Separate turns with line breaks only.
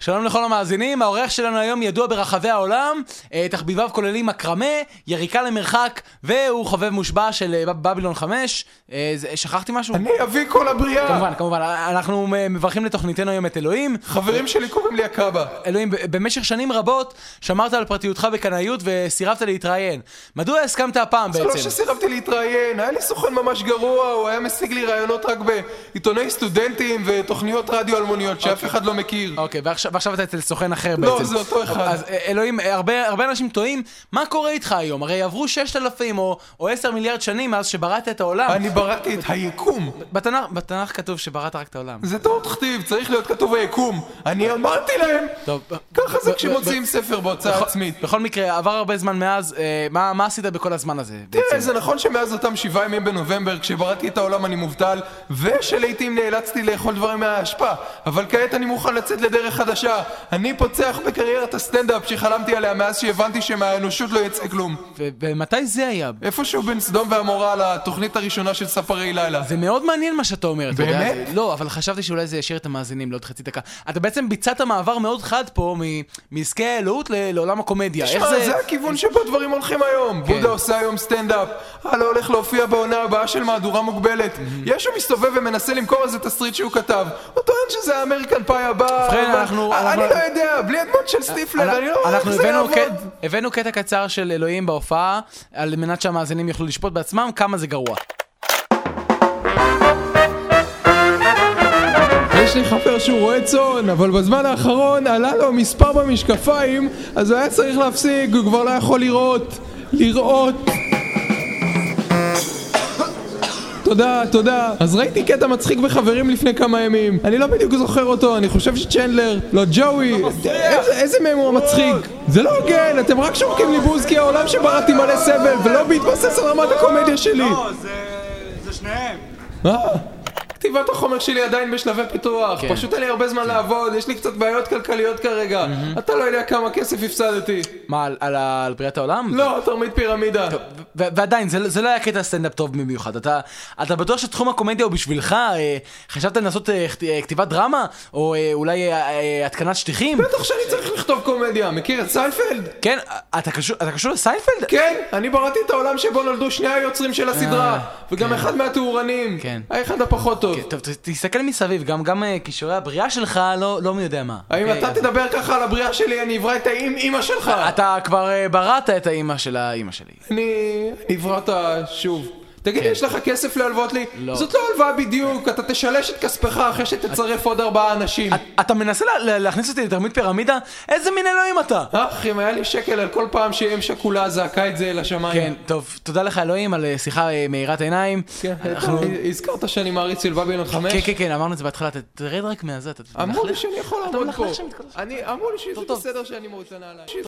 שלום לכל המאזינים, העורך שלנו היום ידוע ברחבי העולם, אה, תחביביו כוללים מקרמה, יריקה למרחק, והוא חובב מושבע של אה, בב- בבילון 5. אה, זה- שכחתי משהו?
אני אבי כל הבריאה.
כמובן, כמובן, אנחנו אה, מברכים לתוכניתנו היום את אלוהים.
חברים שלי קוראים לי הקאבה.
אלוהים, ב- במשך שנים רבות שמרת על פרטיותך בקנאיות וסירבת להתראיין. מדוע הסכמת הפעם
זה לא
בעצם?
שסירבתי להתראיין, היה לי סוכן ממש גרוע, הוא היה משיג לי ראיונות רק בעיתוני סטודנטים ותוכניות רדיו אלמוניות שאף אחד לא מכיר.
אוקיי, ועכשיו, ועכשיו אתה אצל סוכן אחר
לא,
בעצם.
זה אותו אחד.
אז אה, אלוהים, אה, הרבה, הרבה אנשים טועים, מה קורה איתך היום? הרי עברו 6,000 או, או 10 מיליארד שנים מאז שבראת את העולם.
אני בראתי את היקום.
בתנ"ך, בתנ"ך כתוב שבראת רק את העולם.
זה טעות כתיב, צריך להיות כתוב היקום. אני אמרתי להם!
טוב,
ככה זה
ב-
כשמוציאים
ב- נכון.
ספר בהוצאה עצמית.
בכל מקרה, עבר הרבה זמן מאז, אה, מה, מה עשית בכל הזמן הזה?
תראה, זה נכון שמאז אותם שבעה ימים בנובמבר, כשבראתי את העולם אני מובטל, ושלעיתים נאלצתי לאכול דברים מהאשפה, אבל כעת אני מוכן לצאת לדרך חדשה. אני פוצח בקריירת הסטנדאפ שחלמתי עליה מאז שהבנתי שמהאנושות לא יצא כלום.
ו- ומתי זה היה?
איפשהו בין סדום ועמורה לתוכנית הראשונה של ספרי לילה.
זה מאוד מעניין מה שאתה אומר, אתה יודע.
באמת?
זה- לא, אבל חשבתי שאולי זה ישאיר את המאזינים לעוד חצי דקה. אתה בעצם ביצעת מעבר מאוד חד פה מ- מעסקי האלוהות ל- לעולם הקומדיה. איך
שמע,
זה...
זה הכיוון שבו דברים הולכים היום.
כן.
בודה עושה היום סטנדאפ, הלו הולך להופיע בעונה הבאה של מהדורה מוגבלת.
Mm-hmm.
ישו מסתובב ומנסה למכור איזה תסריט שהוא כתב. הוא טוען שזה האמריקן פאי הבא.
ובכן,
אבל-
אנחנו-
אני
אנחנו- אה,
לא יודע, בלי הדמות של סטיפלר, אני לא רואה איך
אנחנו
זה
הבאנו,
יעבוד.
ק... הבאנו קטע קצר של אלוהים בהופעה, על מנת שהמאזינים יוכלו לשפוט בעצמם כמה זה גרוע.
יש לי חבר שהוא רועה צאן, אבל בזמן האחרון עלה לו מספר במשקפיים, אז הוא היה צריך להפסיק, הוא כבר לא יכול לראות. לראות. תודה, תודה. אז ראיתי קטע מצחיק בחברים לפני כמה ימים. אני לא בדיוק זוכר אותו, אני חושב שצ'נדלר, לא ג'וי. איזה- איזה מהם הוא המצחיק? זה לא הוגן, אתם רק שורקים לי בוז כי העולם שבראתי מלא סבל, ולא בהתבסס על רמת הקומדיה שלי.
לא, זה- זה שניהם.
אה, כתיבת החומר שלי עדיין בשלבי פיתוח,
כן.
פשוט אין לי הרבה זמן לעבוד, יש לי קצת בעיות כלכליות כרגע, אתה לא יודע כמה כסף הפסדתי.
מה, על, על, ה- על בריאת העולם?
לא, תרמית פירמידה.
ו- ועדיין, זה, לא- זה לא היה קטע סטנדאפ טוב במיוחד. אתה, אתה בטוח שתחום הקומדיה הוא בשבילך? אה, חשבת לנסות אה, כת- אה, כתיבת דרמה? או אה, אולי אה, אה, התקנת שטיחים?
בטח שאני צריך לכתוב קומדיה, מכיר את סיינפלד?
כן, אה, אתה קשור, אתה קשור לסיינפלד?
כן, אני בראתי את העולם שבו נולדו שני היוצרים של הסדרה,
אה,
וגם אחד מהטהורנים,
כן.
האחד הפחות טוב.
טוב, ת- תסתכל מסביב, גם, גם אה, כישורי הבריאה שלך לא, לא מי יודע מה.
האם
אוקיי,
אתה
אז-
תדבר ככה על הבריאה שלי, אני אברא את האם אימא שלך.
אתה כבר אה, בראת את האימא של האימא שלי.
אני אני אברא אותה שוב. תגיד, יש לך כסף להלוות לי?
כן. לא.
זאת לא הלוואה בדיוק, אתה תשלש את כספך אחרי שתצרף עוד ארבעה אנשים.
את- אתה מנסה לה- לה- להכניס אותי לתרמית פירמידה? איזה מין אלוהים אתה?
אך, אם היה לי שקל על כל פעם שאם שכולה זעקה את זה אל השמיים.
כן, טוב, תודה לך אלוהים על אה, שיחה אה, מאירת עיניים.
כן,
אנחנו-
אתה- הזכרת שאני מעריץ של בבילון
כן,
5?
כן, כן, אמרנו את זה בהתחלה, אתה תרד רק מהזה, אתה...
אמרו לי שאני יכול לעמוד
מלכלך
פה.
שם את כל השם.
אני- אמרו לי שזה
טוב.
בסדר שאני מרוצה נעליים.